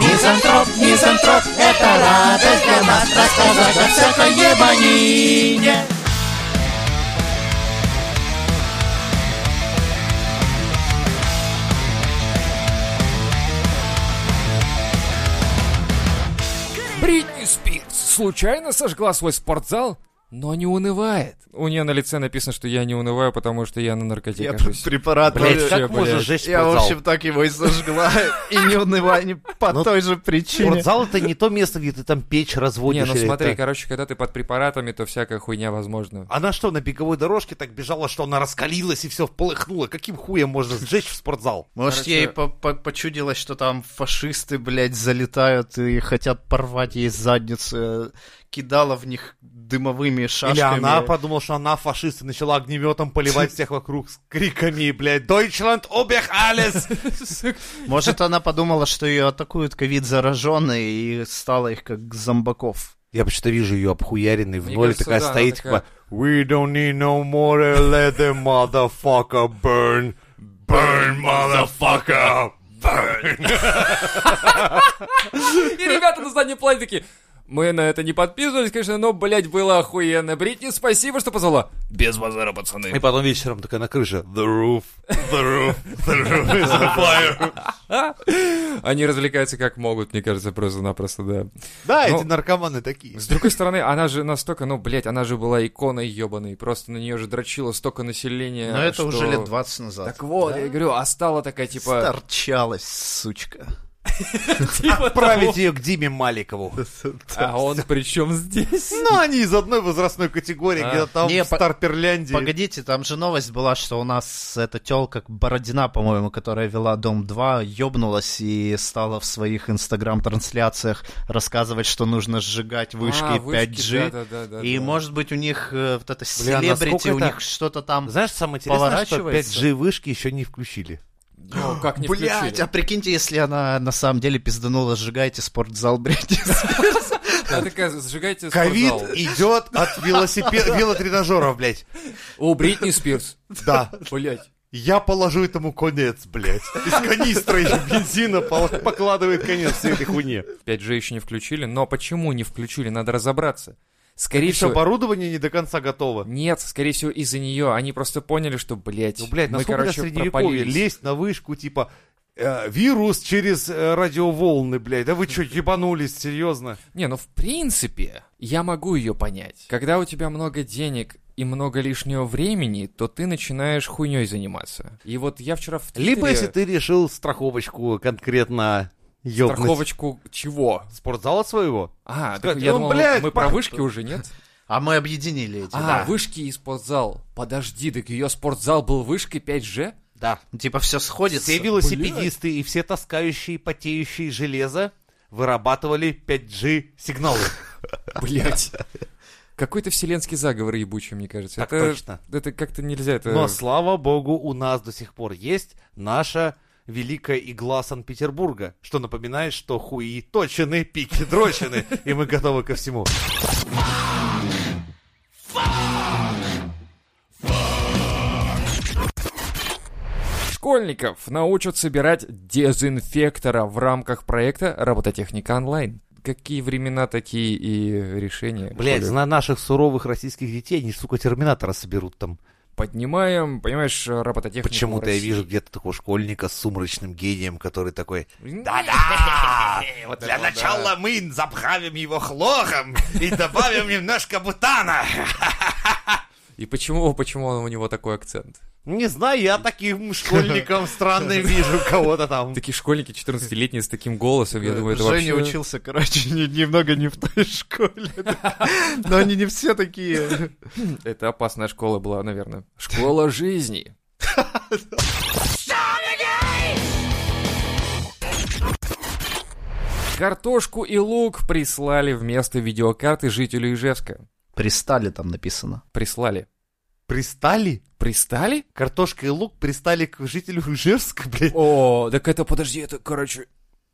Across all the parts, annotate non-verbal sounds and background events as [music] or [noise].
Мизантроп, мизантроп, это радость для нас Рассказать о всякой ебанине Бритни Спирс случайно сожгла свой спортзал, но не унывает. У нее на лице написано, что я не унываю, потому что я на наркоте Я кажусь. тут препарат... Блядь, уже- вообще, как можно блядь. сжечь Я, в спортзал? общем, так его и сожгла. [laughs] И не унывание по Ну, той же причине. Спортзал это не то место, где ты там печь разводишь. Не, ну или смотри, это- короче, когда ты под препаратами, то всякая хуйня возможна. Она что, на беговой дорожке так бежала, что она раскалилась и все вполыхнуло? Каким хуем можно сжечь в спортзал? Может, Короче- ей по- по- почудилось, что там фашисты, блядь, залетают и хотят порвать ей задницу. э, Кидала в них дымовыми шашками. Или она подумала, что она фашист и начала огнеметом поливать всех вокруг с криками, блядь, «Deutschland обех alles!» [laughs] Может, она подумала, что ее атакуют ковид-зараженные и стала их как зомбаков. Я почему-то вижу ее обхуяренной в Мне ноль, кажется, такая да, она стоит, такая- типа, «We don't need no more, let the motherfucker burn, burn, motherfucker, burn!» [laughs] И ребята на заднем плане такие, мы на это не подписывались, конечно, но, блядь, было охуенно. Бритни, спасибо, что позвала. Без базара, И пацаны. потом вечером такая на крыше, «The roof, the roof, the roof is on fire!» Они развлекаются как могут, мне кажется, просто-напросто, да. Да, Ну, эти наркоманы такие. С другой стороны, она же настолько, ну, блядь, она же была иконой ебаной. Просто на нее же дрочило столько населения. Но это что- уже лет 20 назад. Так вот, я говорю, а стала такая, типа... Сторчалась, сучка. типа Отправить ее к Диме [laughs] Маликову. того. А он причем здесь? Ну, они из одной возрастной категории, А. где-то там Не, в по- Старперляндии. Погодите, там же новость была, что у нас эта телка Бородина, по-моему, которая вела Дом 2, ёбнулась и стала в своих инстаграм-трансляциях рассказывать, что нужно сжигать вышки А, 5G. да-да-да-да, и да. может быть у них э, вот это Бля, селебрити, насколько у это- них что-то там... ну, Знаешь, самое интересное, что Поворачивается. 5G вышки еще не включили. Ну, как не Блять, а включили? прикиньте, если она на самом деле пизданула, сжигайте спортзал, [laughs] блядь. Она такая, сжигайте а Ковид спортзал. идет от велосипед... велотренажеров, блядь. О, Бритни Спирс. Да. Блять. Я положу этому конец, блядь. Из канистры еще бензина пол- покладывает конец всей этой хуйне. 5G еще не включили, но почему не включили? Надо разобраться. Скорее Еще всего, оборудование не до конца готово. нет, скорее всего, из-за нее. Они просто поняли, что, блядь, Ну, блядь, мы, насколько это короче, средневековье? пропалились. Лезть на вышку, типа, э, вирус через э, радиоволны, блядь. Да вы что, ебанулись, серьезно? Не, ну в принципе, я могу ее понять. Когда у тебя много денег и много лишнего времени, то ты начинаешь хуйней заниматься. И вот я вчера в Твиттере... Либо если ты решил страховочку конкретно ёбнуть. Страховочку чего? Спортзала своего? А, Сказать, так я «Ну, думал, блядь, мы про пах- Типа, вышки уже, [laughs] нет? А мы объединили эти. А, вышки и спортзал. Подожди, так ее спортзал был вышкой 5G? Да. Типа все сходится. Все велосипедисты и все таскающие, потеющие железо вырабатывали 5G сигналы. [laughs] Блять. Какой-то вселенский заговор ебучий, мне кажется. Так это, точно. Это как-то нельзя. Это... Но, слава богу, у нас до сих пор есть наша великая игла Санкт-Петербурга, что напоминает, что хуи точены, пики дрочены, и мы готовы ко всему. Школьников научат собирать дезинфектора в рамках проекта «Робототехника онлайн». Какие времена, такие и решения. Блять, Коля. на наших суровых российских детей они, сука, терминатора соберут там. Поднимаем, понимаешь, робототехнику Почему-то я России. вижу где-то такого школьника с сумрачным гением, который такой... М, Да-да! [laughs] Вот Для начала мы заправим его хлором и добавим немножко бутана. И почему, почему он- у него такой акцент? Не знаю, я таким школьником странным [laughs] вижу кого-то там. Такие школьники 14-летние с таким голосом, я думаю, это Э, Женя вообще... учился, короче, [laughs] не- немного не в той [laughs] школе. Но они не все такие. Это опасная школа была, наверное. Школа жизни. Картошку и лук прислали вместо видеокарты жителю Ижевска. Пристали там написано. Прислали. Пристали? Пристали? Картошка и лук пристали к жителю Ижевска, блядь. О, так это, подожди, это, короче...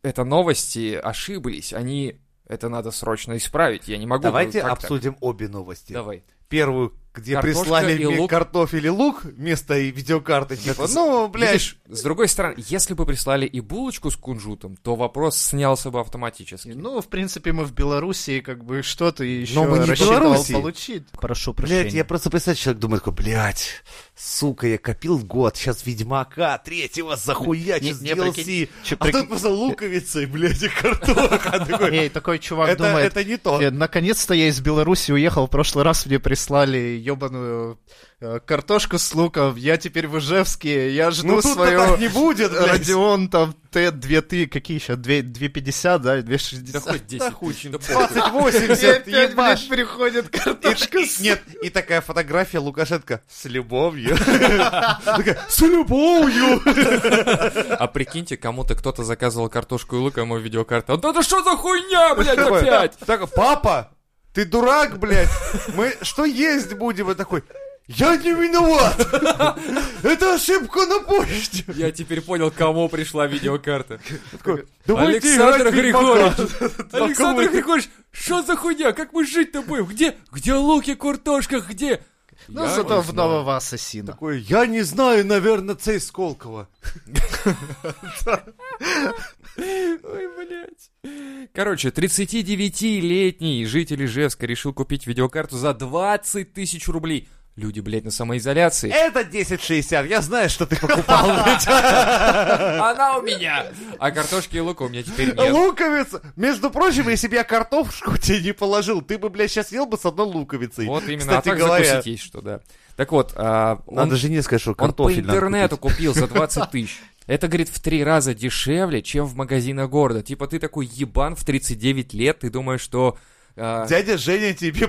Это новости ошиблись, они... Это надо срочно исправить, я не могу... Давайте Как так? обсудим обе новости. Давай. Первую где Картошка прислали и мне лук. картофель и лук вместо и видеокарты. Типа, ты- ну, блядь, Видишь, с другой стороны, если бы прислали и булочку с кунжутом, то вопрос снялся бы автоматически. Ну, в принципе, мы в Белоруссии, как бы, что ты еще мы не в рассчитывал Белоруссии. получить? Прошу прощения. Блять, я просто представляю, человек думает такой, блядь, сука, я копил год, сейчас Ведьмака третьего захуячу Не- с не, DLC. прикинь, чё, А прикинь- тут просто луковица и, блядь, и картошка. [laughs] А такой, Эй, такой чувак Это думает, это не то. «Э, наконец-то я из Беларуси уехал, в прошлый раз мне прислали ебаную э, картошку с луком, я теперь в Ижевске, я жду Ну тут свою так не будет, блядь. Родион там Т2, ты какие еще, 2,50, да, Да 2,60. хоть 10 тысяч, да похуй. 2080, ебаш. приходит И- картошка и- [laughs] Нет, и такая фотография Лукашенко с любовью. [laughs] Такая, С любовью. А прикиньте, кому-то кто-то заказывал картошку и лук, а ему видеокарта. Да это что [laughs] за хуйня, блядь, Такой, опять? так, Папа, ты дурак, блядь. Мы что есть будем? И такой, я не виноват. Это ошибка на почте. Я теперь понял, кому [laughs] пришла видеокарта. А Такой, «Давайте Александр играть в Ведьмака». Григорьевич! Пока вы- Александр Григорьевич, что за хуйня? Как мы жить-то будем? Где? Где луки, и картошка? Где? Ну, Я зато не в знаю. нового ассасина. Такой, я не знаю, наверное, цей Сколково. Ой, блядь. Короче, 39-летний житель Ижевска решил купить видеокарту за 20 тысяч рублей. Люди, блядь, [laughs] на самоизоляции. Это 1060, я знаю, что ты покупал. блядь. Она у меня! А картошки и лука у меня теперь нет. Луковица. Между прочим, если бы я картошку тебе не положил, ты бы, блядь, сейчас ел бы с одной луковицей. Вот именно, а Кстати так говоря, закусить есть что, да. Так вот, а, он надо жене сказать, что Он по картофель надо интернету купить. купил [laughs] за 20 тысяч. Это, говорит, в три раза дешевле, чем в магазинах города. Типа ты такой ебан в 39 лет, ты думаешь, что... а, Дядя Женя тебе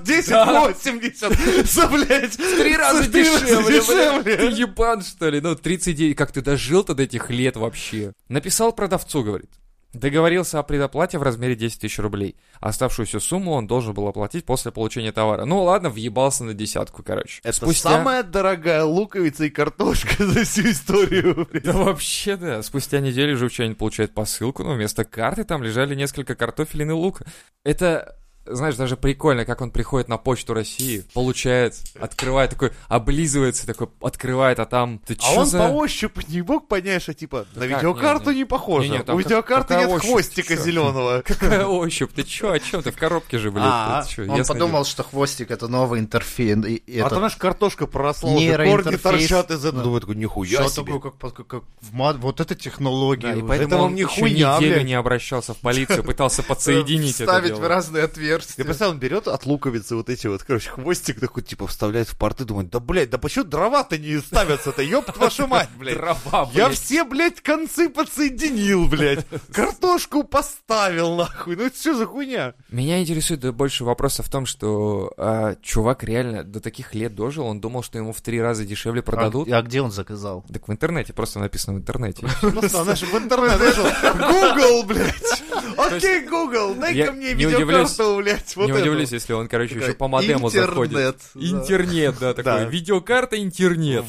[laughs] 1080 за, блядь, в три раза в [laughs] три раза дешевле, блядь. дешевле. Ты ебан, что ли? Ну, 39, как ты дожил-то до этих лет вообще? Написал продавцу, говорит. Договорился о предоплате в размере 10 тысяч рублей. А Оставшуюся сумму он должен был оплатить после получения товара. Ну ладно, въебался на десятку, короче. Это Спустя- самая дорогая луковица и картошка [laughs] за всю историю. блядь. Да вообще, да. Спустя неделю живчанин получает посылку, но вместо карты там лежали несколько картофелин и лука. Это, знаешь, даже прикольно, как он приходит на почту России, получает, открывает такой, облизывается такой, открывает, а там... Ты А чё он за... по ощупь не мог понять, что типа на как? видеокарту Не, не похоже. Не-не, там У как- видеокарты какая нет ощупь? хвостика Чё? [laughs] зеленого. Какая [laughs] ощупь? Ты чё, о чем ты? В коробке же, блядь. А, ты чё, Он ясно подумал, что хвостик это новый интерфейс. и- и А этот- там, знаешь, картошка проросла, уже корни нейроинтерфейс. торчат из этого. Да. Думаю, такой, нихуя Чё себе. такое, как, под- как в мат- вот это технология. дело. Да, и уже. [laughs] поэтому вам он не ещё хуйня, неделю блядь. не обращался в полицию, [laughs] пытался подсоединить это Вставить дело. в разные Я отверстия. представляю, он берет от луковицы вот эти вот, короче, хвостик такой, типа, вставляет в порты, думает, да, блядь, да почему дрова-то не ставятся-то, ёб [laughs] вашу мать, блядь. Дрова, Я блядь. все, блядь, концы подсоединил, [laughs] блядь. Картошку поставил, нахуй. Ну это что за [laughs] хуйня? Меня интересует да, больше вопрос в том, что а, чувак реально до таких лет дожил, он думал, что ему в три раза дешевле продадут. А, а где он заказал? Так в интернете, просто написано в интернете. Просто, Ну, знаешь, в интернет вышел. Google, [laughs] блядь. Окей, Google, Я дай-ка мне не удивлюсь- видеокарту, блядь. [laughs] вот Не эту. удивлюсь, если он, короче, еще по модему Интернет, заходит. да. Интернет, да, Да. такой. Видеокарта интернет.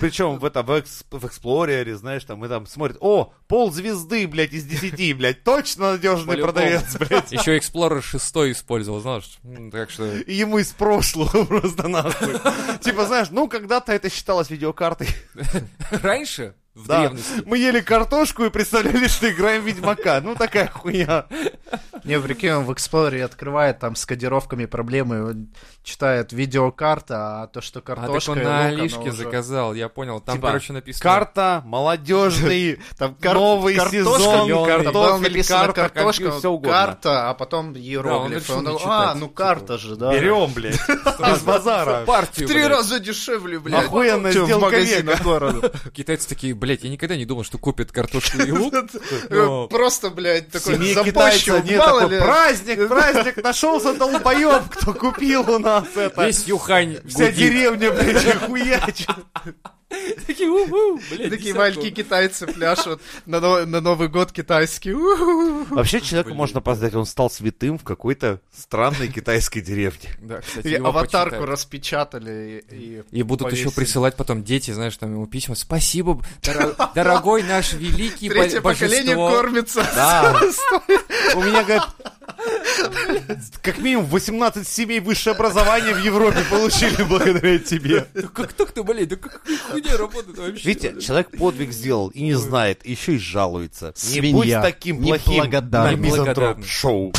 причем в этом в, экс- в Explorer, знаешь, там и там смотрит, о, пол звезды, блядь, из 10, блядь, точно надежный По-любому. продавец, блядь. Еще Explorer 6 использовал, знаешь? М, Так [laughs] что... И ему из прошлого [laughs] просто нахуй. Типа, знаешь, ну когда-то это считалось видеокартой. Раньше, в Да. древности, А Мы ели картошку и представляли, что играем в Ведьмака. Ну такая хуйня. Не, прикинь, он в Explorer открывает там с кодировками проблемы, он читает видеокарта, а то, что а так картошка... он и на лук, оно Алишке уже- заказал, я понял. Там, Типа, короче, написано... Карта, молодежный, Там новый картошка, сезон, ёлки. картофель, Было написано карта, как картошка, всё угодно. карта, а потом решил иероглифы. Он не такой, читать, а, ну типа. карта же, да. Берем, блядь, из базара. Партию, Три блядь. раза дешевле, блядь. Охуенная чем в сделка магазинах века. города. Китайцы такие, блядь, я никогда не думал, что купят картошку и [laughs] лук. Э, Просто, блядь, В такой семье запущен, китайца нет мало такой, ли. праздник, праздник, нашелся долбоеб, кто купил у нас это. Весь Юхань Вся гудит. деревня, блядь, хуячит. Такие, уху, блядь, Такие десятку. маленькие китайцы пляшут на но- на Новый год китайский. У-ху-ху. Вообще человеку можно поздать, он стал святым в какой-то странной китайской деревне. Да, кстати, И его аватарку почитают. распечатали. И, И будут еще повесили. присылать потом дети, знаешь, там ему письма. Спасибо, б- [laughs] доро- дорогой наш великий бо- Третье поколение божество. кормится. Да. У меня, говорит, Как минимум 18 семей высшее образование в Европе получили благодаря тебе. Да как так-то, блин, да как хуйня работает вообще? Видите, человек подвиг сделал и не знает, еще и жалуется. Не Свинья. будь таким плохим Неблагодарный. мизантроп Неблагодарный. шоу.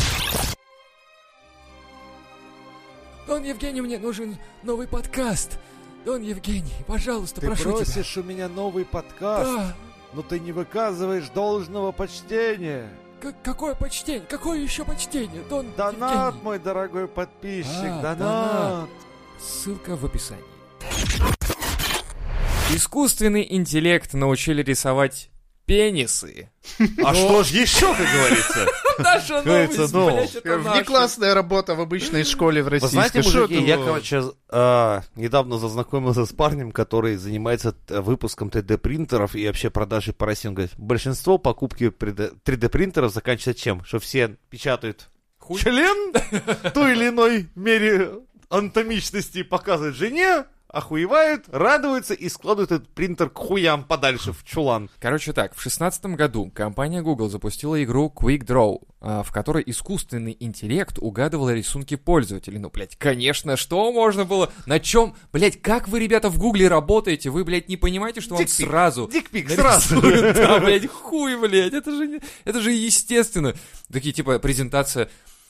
Дон Евгений, мне нужен новый подкаст. Дон Евгений, пожалуйста, Ты просишь у меня новый подкаст, но ты не выказываешь должного почтения. какое почтение? Какое еще почтение? Дон Донат, мой дорогой подписчик, А, донат. Ссылка в описании. Искусственный интеллект научили рисовать пенисы. А что ж еще, как говорится? Наша Говорится, новость, ну, [laughs] блядь, это наша. Внеклассная работа в обычной школе в России. Вы знаете, Что мужики, это я, было? короче, з- а, недавно зазнакомился с парнем, который занимается т- выпуском 3D-принтеров и вообще продажей по России. Он говорит, большинство покупки 3D-принтеров заканчивается чем? Что все печатают Хуй. [laughs] член в той или иной мере анатомичности показывают жене, охуевают, радуются и складывают этот принтер к хуям подальше в чулан. Короче так, в шестнадцатом году компания Google запустила игру Quick Draw, а, в которой искусственный интеллект угадывал рисунки пользователей. Ну, блядь, конечно, что можно было? На чем? Блядь, как вы, ребята, в Гугле работаете? Вы, блядь, не понимаете, что вам Дикпик. сразу... Дикпик сразу. нарисуют? [laughs] Да, блядь, хуй, блядь, это же, не- это же естественно. Такие, типа, презентация...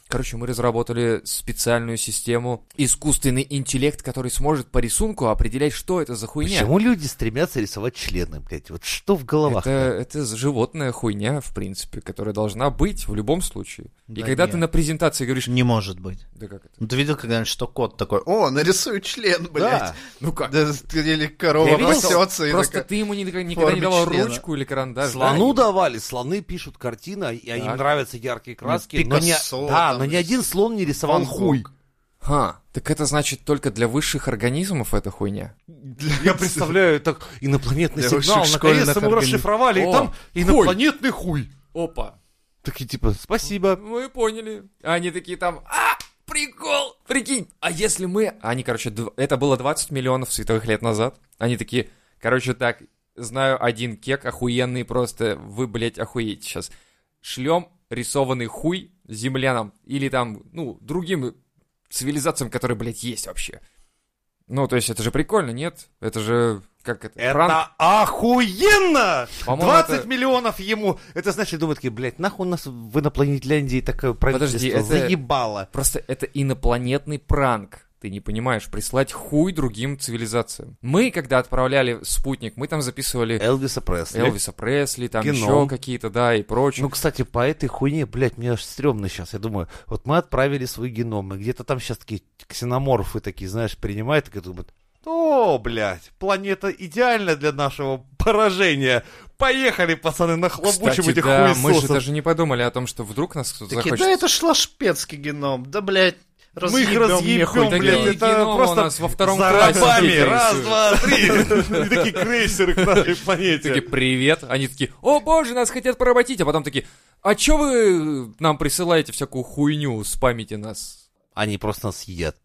Короче, мы разработали специальную систему искусственный интеллект, который сможет по рисунку определять, что это за хуйня. Почему люди стремятся рисовать члены, блядь? Вот что в головах? Это, это з- животная хуйня, в принципе, которая должна быть в любом случае. и Да когда нет. ты на презентации говоришь, Не может быть. да как это? Ну, Ты видел когда-нибудь, что кот такой, о, нарисую член, блядь. Ну как? Да, Или корова Я видел, пасется. и Просто такая- ты ему ни- никогда не форме давал члена. ручку или карандаш. Слону да? давали, слоны пишут картины, и им Так. нравятся яркие краски. Ну, но ни- Пикассо, да, там но ни один слон не рисовал Ван Гог. хуй. Ха, так это значит только для высших организмов эта хуйня. Я представляю, так инопланетный Для сигнал, высших наконец-то школьных мы органи- расшифровали, и О, там хуй. инопланетный хуй. Опа, Такие типа, спасибо. мы поняли. А Они такие там, а, прикол, прикинь. А если мы... Они, короче, дв- это было 20 миллионов световых лет назад. Они такие, короче, так, знаю один кек охуенный просто, вы, блядь, охуеете сейчас. Шлем рисованный хуй землянам или там, ну, другим цивилизациям, которые, блядь, есть вообще. Ну, то есть это же прикольно, нет? Это же, как это, пранк? Это охуенно! По-моему, 20 это- миллионов ему! Это значит, думают такие, блядь, нахуй у нас в инопланетляндии такое правительство Подожди, это- заебало. Просто это инопланетный пранк. Ты не понимаешь, прислать хуй другим цивилизациям. Мы, когда отправляли спутник, мы там записывали Элвиса Пресли. Элвиса Пресли, там Геном. еще какие-то, да, и прочее. Ну, кстати, по этой хуйне, блядь, мне аж стрёмно сейчас. Я думаю, вот мы отправили свой геном, и где-то там сейчас такие ксеноморфы такие, знаешь, принимают, и думают, о, блядь, планета идеальна для нашего поражения. Поехали, пацаны, нахлобучим Кстати, этих да, мы же хуесосов. даже не подумали о том, что вдруг нас кто-то Такие, захочет. да это ж шпецкий геном, да, блядь, Мы их разъебём, разъебем, нахуй». такие блядь, это геномы у просто нас во втором за классе рабами. рисуют. Раз, [laughs] два, три. И такие крейсеры к нашей Такие, планете. привет. Они такие, о боже, нас хотят поработить. А потом такие, а чё вы нам присылаете всякую хуйню с памяти нас? Они просто нас едят.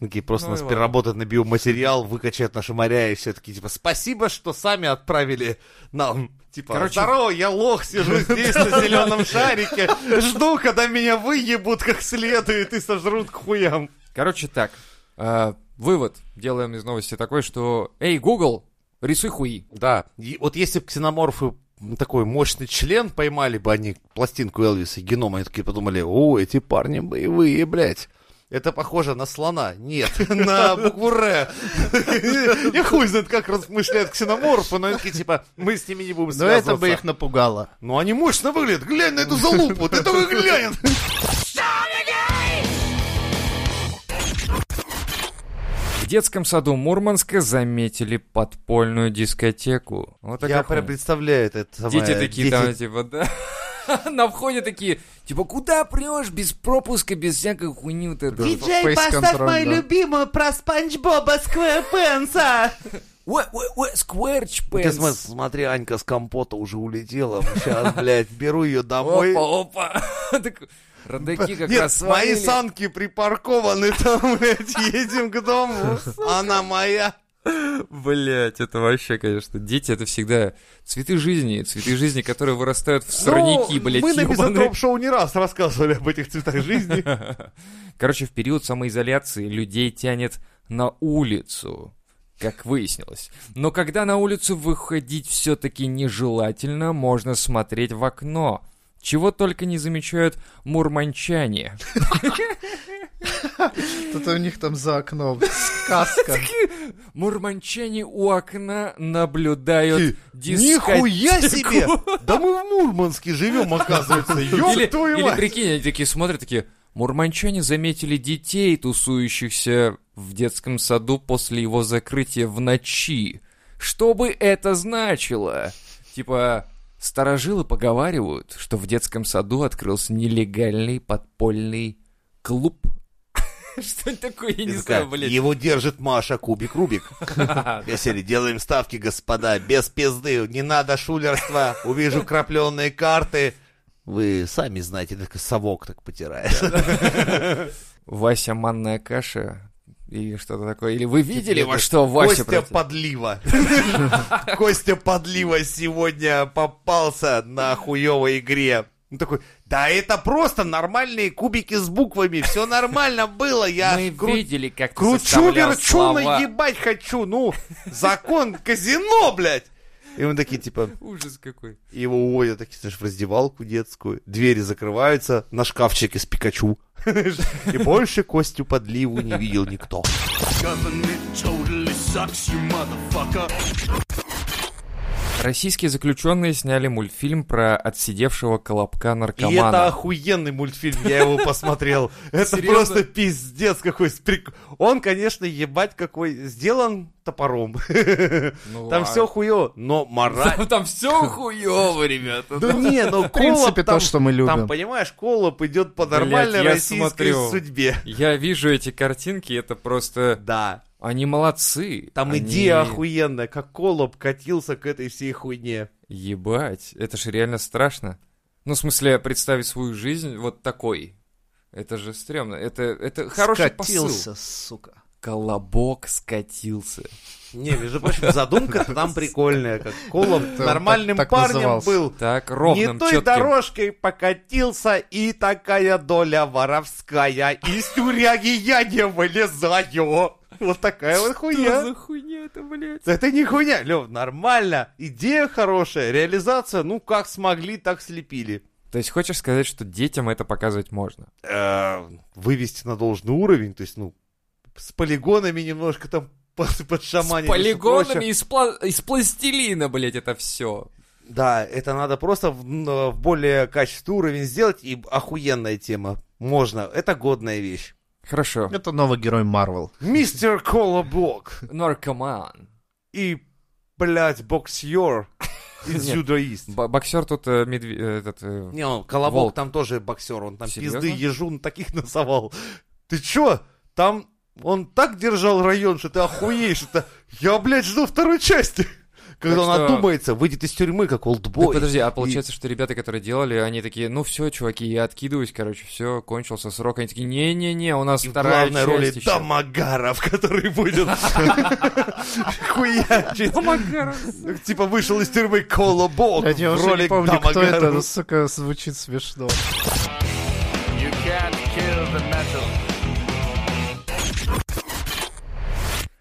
Такие просто Ну нас и ладно. переработают на биоматериал, выкачают наши моря и все такие, типа, спасибо, что сами отправили нам. Типа, Короче- здорово, я [laughs] лох, сижу здесь на зеленом шарике, жду, когда меня выебут как следует и сожрут к хуям. Короче, так, э, вывод делаем из новости такой, что, эй, Google, рисуй хуи. Да, и вот если бы ксеноморфы такой мощный член поймали бы они пластинку Элвиса, геном, они такие подумали, о, эти парни боевые, блядь. Это похоже на слона. Нет, [laughs] на букву Р. [laughs] Я хуй знает, как размышляют ксеноморфы, но они такие, типа, мы с ними не будем Но это бы связываться. их напугало. Но они мощно выглядят. Глянь на эту залупу, ты только глянь. В детском саду Мурманска заметили подпольную дискотеку. Вот такая Я хуйня. прям представляю это. Дети самое, такие дети- там, типа, да. [laughs] На входе такие, типа, куда прешь без пропуска, без всякой хуйни вот это. Face control, да. любимую про Спанч Боба [laughs] Сквэрпенса. Скверч Ты см- смотри, Анька с компота уже улетела. Сейчас, блядь, беру ее домой. Опа, опа. [laughs] Так Родаки как Нет, раз мои свалили. [laughs] санки припаркованы там, блядь, едем к дому. Она моя. Блять, это вообще, конечно, дети это всегда цветы жизни, цветы жизни, которые вырастают в сорняки, Ну, блять, Мы на ёбаные. Мизантроп-шоу не раз рассказывали об этих [laughs] цветах жизни. Короче, в период самоизоляции людей тянет на улицу, как выяснилось. Но когда на улицу выходить все-таки нежелательно, можно смотреть в окно. Чего только не замечают мурманчане. Что-то у них там за окном. Сказка. Мурманчане у окна наблюдают дискотеку. Нихуя себе! Да мы в Мурманске живем, оказывается. Или, Ёб твою или мать! прикинь, они такие смотрят, такие, мурманчане заметили детей, тусующихся в детском саду после его закрытия в ночи. Что бы это значило? Типа, старожилы поговаривают, что в детском саду открылся нелегальный подпольный клуб. [laughs] Что-нибудь такое, я И не такая, знаю, блядь. Его держит Маша [laughs] Кубик Рубик. Если делаем ставки, господа, без пизды, не надо шулерства, увижу крапленные карты. Вы сами знаете, только совок так потирает. Вася манная каша и что-то такое. Или вы видели, во что Вася... Костя против- Подлива. [laughs] Костя Подлива сегодня попался на хуевой игре. Он такой, да это просто нормальные кубики с буквами, все нормально было, я Мы кру- видели, как ты кручу, составлял верчу, слова». наебать хочу, ну, закон казино, блядь. И мы такие, типа, Ужас какой. его уводят, такие, знаешь, в раздевалку детскую, двери закрываются, на шкафчик из Пикачу. [laughs] И больше Костю Подливу не видел никто. Российские заключенные сняли мультфильм про отсидевшего колобка И это наркомана. охуенный мультфильм, я его [laughs] посмотрел. Это Серьезно? просто пиздец какой. сприк- Он, конечно, ебать какой сделан топором. [laughs] Ну, Там а- [laughs] все хуё, но мораль... [laughs] Там, все хуево, ребята. Да не, ну В принципе, Колоб там- то, что мы Там, любим. понимаешь, Колоб идет по Блядь, нормальной я российской смотрю. судьбе. [laughs] Я вижу эти картинки, это просто... Да, Они молодцы. там Они- идея охуенная, как Колоб катился к этой всей хуйне. Ебать, это же реально страшно. Ну, в смысле, представить свою жизнь вот такой. Это же стрёмно. Это, это хороший посыл. Скатился, сука. Колобок скатился. Не, между прочим, задумка там прикольная, как [laughs] Колоб Это нормальным так- так парнем назывался. был. Так, ровным, Не той чётким. дорожкой покатился, и такая доля воровская. Из тюряги я не вылезаю. Вот такая а вот Что за хуйня. хуйня это, блядь? Это не хуйня, Лев, нормально. Идея хорошая, реализация, ну как смогли, так слепили. То есть хочешь сказать, что детям это показывать можно? Э, Вывести на должный уровень, то есть, ну, с полигонами немножко там [laughs] под- подшаманить. С и всё полигонами прочее. из, пла- из пластилина, блядь, это все. Да, это надо просто в, м, э, в более качественный уровень сделать, и охуенная тема. Можно, это годная вещь. Хорошо. Это новый герой Марвел. Мистер Колобок Наркоман. и, блядь, [laughs] боксер из Нет. юдоист. Б- боксер тут э, медве- э, этот, э, Не, он, Колобок Волк. там тоже боксер, он там Серьезно? пизды ежун таких насовал. Ты чё? Там он так держал район, что ты охуеешь. Это... Я, блядь, жду второй части. Когда Так он что- отдумается, выйдет из тюрьмы, как Так, олдбой. подожди, а получается, что ребята, которые делали, они такие, ну все, чуваки, я откидываюсь, короче, все, кончился срок. Они такие, не-не-не, у нас И в вторая главной часть роли еще». Дамагаров, [laughs] который будет хуячить. Типа вышел из тюрьмы Колобок Блядь, я в уже роли не помню, кто это, но, Дамагарова. сука, звучит смешно.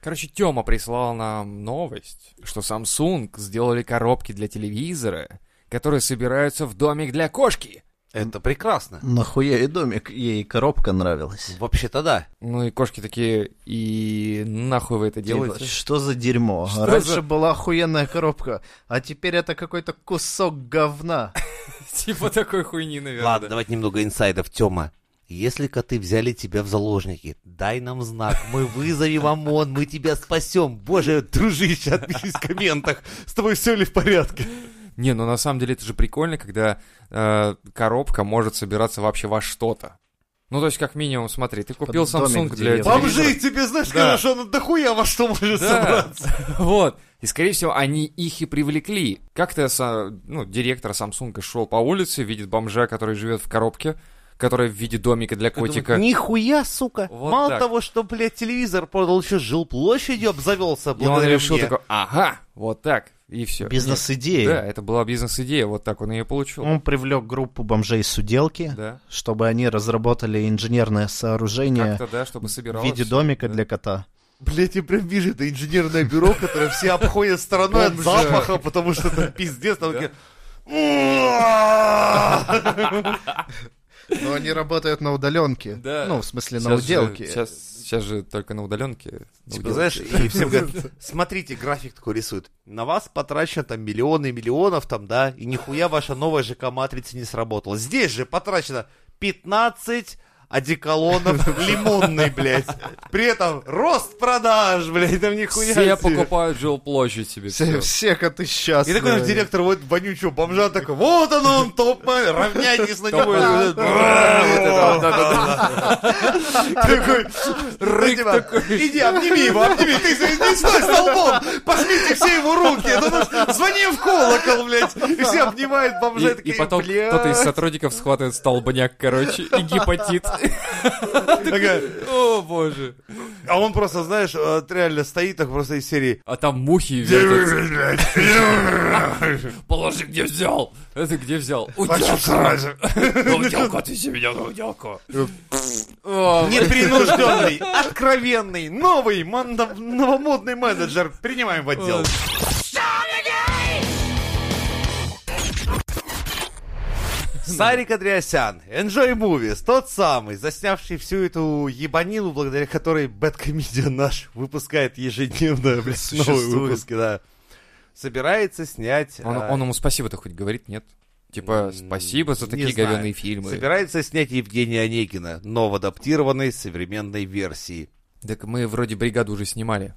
Короче, Тёма прислал нам новость, что Samsung сделали коробки для телевизора, которые собираются в домик для кошки. Это прекрасно. Нахуя и домик, ей коробка нравилась. Вообще-то да. Ну и кошки такие, и нахуй вы это делаете? Типа, что за дерьмо? Что Раньше за- была охуенная коробка, а теперь это какой-то кусок говна. [laughs] Типа такой хуйни, наверное. Ладно, давайте немного инсайдов, Тёма. Если коты взяли тебя в заложники, дай нам знак, мы вызовем ОМОН, мы тебя спасем. Боже, дружище, отпишись в комментах, с тобой все ли в порядке? Не, ну на самом деле это же прикольно, когда э, коробка может собираться вообще во что-то. Ну, то есть, как минимум, смотри, ты купил домик Samsung для деревянный. телевизора. Бомжи тебе, знаешь, Да. хорошо, ну дохуя во что может Да, собраться? [laughs] вот. И, скорее всего, они их и привлекли. Как-то, со- ну, директор Samsung шел по улице, видит бомжа, который живет в коробке, которая в виде домика для Я думаю, котика. Нихуя, сука! Вот Мало так. того, что, блядь, телевизор продал, еще жилплощадью обзавелся И он благодаря решил мне. такой, ага, вот так, и все. Бизнес-идея. Да, это была бизнес-идея, вот так он ее получил. Он привлек группу бомжей суделки, Да. чтобы они разработали инженерное сооружение Как-то, да, чтобы собиралось. в виде всё. домика Да. для кота. Блядь, я прям вижу это инженерное бюро, которое все обходят стороной от Бомжа. запаха, потому что там пиздец, там Да. такие... «М-а-а-а». Но они работают на удаленке. Да. Ну, в смысле, на Сейчас же- уделке. Сейчас, сейчас же только на удаленке. Типа, знаешь, и всем говорят, смотрите, график такой рисует. На вас потрачено там миллионы миллионов там, да, и нихуя ваша новая ЖК-матрица не сработала. Здесь же потрачено 15 одеколонов лимонный, блядь. При этом рост продаж, блядь, там нихуя. все себе. покупают жилплощадь [laughs] себе. Все, всё. все коты И счастливы. такой наш директор вот вонючего бомжа такой, вот он он, топ равняйтесь на него. Такой, «Да, Э, вот это вот, да-да-да». Такой, ради вас. иди, обними его, обними, ты за- не стой столбом, пожмите все его руки, Это наш- звони в колокол, блядь, и все обнимают бомжа, И- И такие, потом «Бля». кто-то из сотрудников схватывает столбняк, короче, и [laughs] гепатит. Такая, О, боже. А он просто, знаешь, вот реально стоит так просто из серии, А там мухи вертятся. [laughs] Положи, где взял. Это где взял? Уделку, а ты себе взял уделку. [laughs] Непринужденный, откровенный, новый, манда- новомодный менеджер. Принимаем в отдел. Сарик Андреасян, Enjoy Movies, тот самый, заснявший всю эту ебанилу, благодаря которой Бэткомедиан наш [laughs] выпускает ежедневно блядь, новые Существует. выпуски, да. Собирается снять... Он, а, он ему спасибо-то хоть говорит, нет? Типа, М, спасибо за не такие знаю. говяные фильмы. Собирается снять Евгения Онегина, но в адаптированной современной версии. Так мы вроде бригаду уже снимали.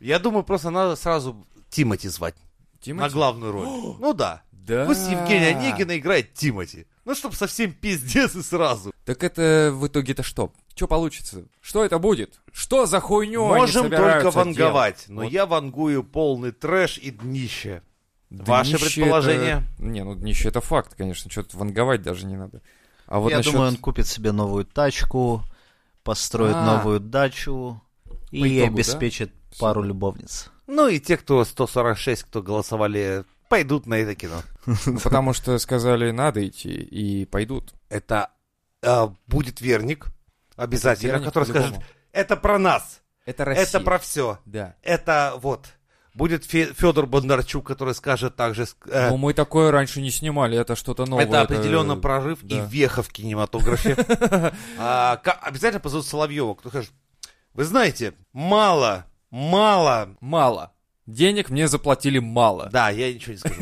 Я думаю, просто надо сразу Тимати звать Тимати? на главную роль. ну да. Да. Пусть Евгения Онегина играет Тимати. Ну, чтобы совсем пиздец и сразу. Так это в итоге-то что? Что получится? Что это будет? Что за хуйню они Можем собираются только ванговать, делать? но Вот я вангую полный трэш и днище. Ваши днище предположения? это- Не, ну днище это факт, конечно. Что-то ванговать даже не надо. А вот Я насчет... думаю, он купит себе новую тачку, построит А. новую дачу и итогу, да? обеспечит пару любовниц. Ну и те, кто 146, кто голосовали, пойдут на это кино. [laughs] Ну, Потому что сказали, надо идти, и пойдут. Это э, будет верник, обязательно, Верник который скажет, по-любому. это про нас, Это Россия. это про все, Да. это вот. Будет Федор Бондарчук, который скажет также... э, Но мы такое раньше не снимали, это что-то новое. э, это определенно прорыв да. и веха [laughs] в кинематографе. А, ка- Обязательно позовут Соловьева, кто скажет, вы знаете, мало, мало. Мало. Денег мне заплатили мало. [laughs] Да, я ничего не скажу.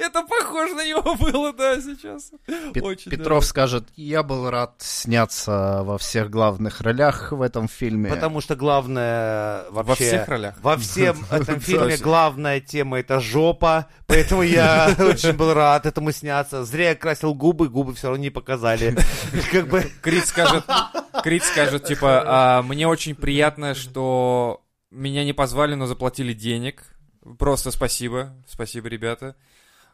Это похоже на него было, да, сейчас. Пет- Очень, да. Петров скажет, я был рад сняться во всех главных ролях в этом фильме. Потому что главное вообще... Во всех ролях. [laughs] Во всем этом фильме Точно. главная тема — это жопа, [laughs] поэтому я очень был рад этому сняться. Зря я красил губы, губы все равно [laughs] не показали. Как бы... Крит скажет, Крит скажет, типа, «А, мне очень приятно, что меня не позвали, но заплатили денег. Просто спасибо, спасибо, ребята.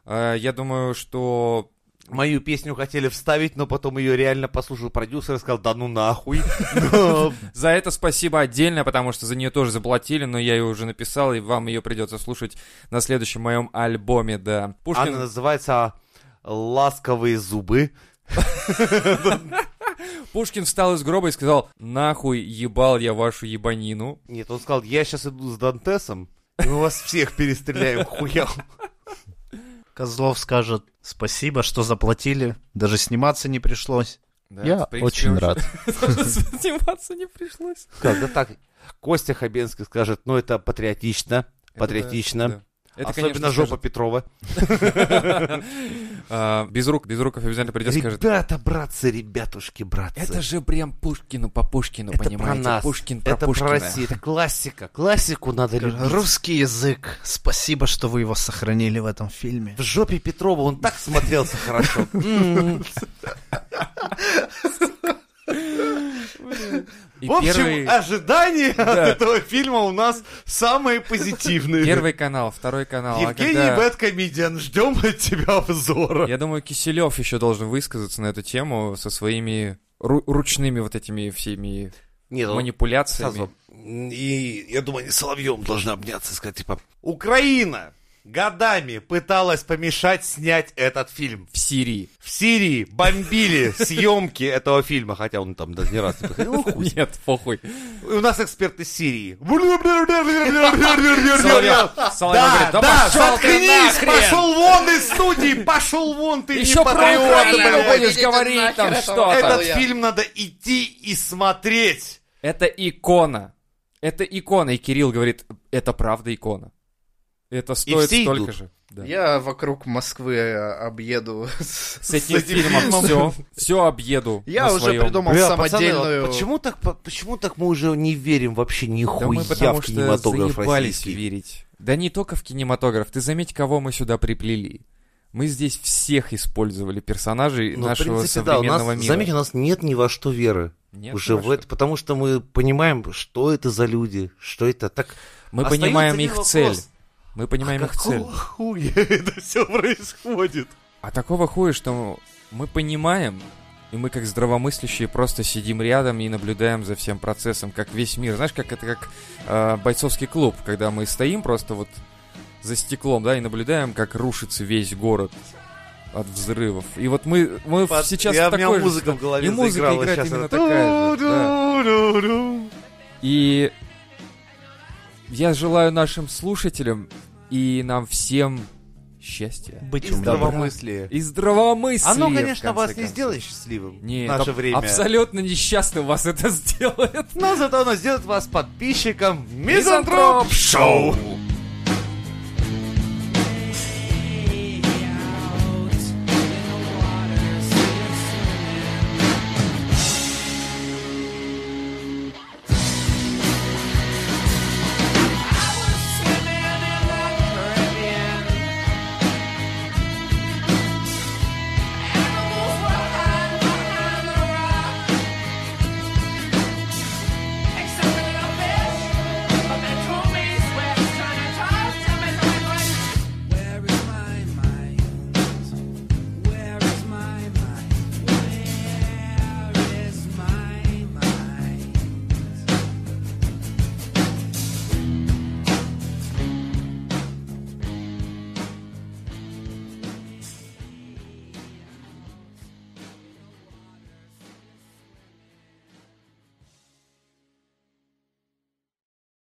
А, Я думаю, что Мою песню хотели вставить, но потом ее реально послушал продюсер и сказал, да ну нахуй. [laughs] Но за это спасибо отдельно, потому что за нее тоже заплатили, но я ее уже написал, и вам ее придется слушать на следующем моем альбоме, да. Она Пушкин, называется «Ласковые зубы». Пушкин встал из гроба и сказал, нахуй ебал я вашу ебанину. Нет, он сказал, я сейчас иду с Дантесом, и мы вас всех [laughs] перестреляем, хуя. Козлов скажет, спасибо, что заплатили, даже сниматься не пришлось. Да, я в принципе, очень уже [laughs] рад. тоже Сниматься не пришлось. Когда так, Костя Хабенский скажет, ну это патриотично, патриотично. да. Это, Особенно конечно, жопа скажет. Петрова. [laughs] А, Без рук, без руков обязательно придет, скажет. Ребята, братцы, ребятушки, братцы. Это же прям Пушкину по Пушкину, Это про понимаете? нас. Пушкин про это Пушкина. про Россию. Это классика. Классику надо любить. Русский язык, спасибо, что вы его сохранили в этом фильме. В жопе Петрова он так смотрелся хорошо. М. [laughs] И В общем, а, первый- ожидания Да. от этого фильма у нас самые позитивные. Первый канал, второй канал. а Евгений когда- Бэткомедиан, ждем от тебя обзора. Я думаю, Киселев еще должен высказаться на эту тему со своими ру- ручными вот этими всеми Нет, он манипуляциями. ну, сразу. И я думаю, они с Соловьем должны обняться и сказать, типа, Украина годами пыталась помешать снять этот фильм. В Сирии. В Сирии бомбили съемки этого фильма, хотя он там даже не раз не приходил. Ну, хуй. Нет, похуй. И у нас эксперт из Сирии. Соловьев Да, говорит, да да, пошел ты заткнись, нахрен!» пошел вон из студии, пошел вон, ты не Еще про патриот, Украину блядь. будешь говорить там что-то. Этот фильм надо идти и смотреть. Это икона. Это икона. И Кирилл говорит, это правда икона. Это стоит все столько идут. же. Да. Я вокруг Москвы э, объеду. С этим этим фильмом фильмом. все, все объеду. Я на уже своем. придумал Бля, пацаны, самодельную... вот почему так, по- почему так мы уже не верим вообще Да нихуя мы в потому что кинематограф заебались российский? верить. Да не только в кинематограф. Ты заметь, кого мы сюда приплели. Мы здесь всех использовали персонажей Ну, в нашего принципе, да, у нас, современного мира. заметь, у нас нет ни во что веры. Нет, уже хорошо. в это, потому что мы понимаем, что это за люди, что это так. Мы Остается понимаем один их вопрос. цель. Мы понимаем А их цель. какого хуя [laughs] это все происходит? А такого хуя, что мы понимаем, и мы как здравомыслящие просто сидим рядом и наблюдаем за всем процессом, как весь мир. Знаешь, как это как э, бойцовский клуб, когда мы стоим просто вот за стеклом, да, и наблюдаем, как рушится весь город от взрывов. И вот мы, мы Под- Ну, сейчас Я- в у меня такой же музыка в ста- голове И музыка заиграла играет щас, именно она такая же. да. Ду-ду-ду-ду. И я желаю нашим слушателям и нам всем счастья. Быть И здравомыслие. И здравомыслия. Оно, в конечно, конце вас не концов. сделает счастливым Не, в наше это время. Абсолютно несчастно вас это [laughs] сделает. Но зато оно сделает вас подписчиком Мизантроп Мизантроп Шоу.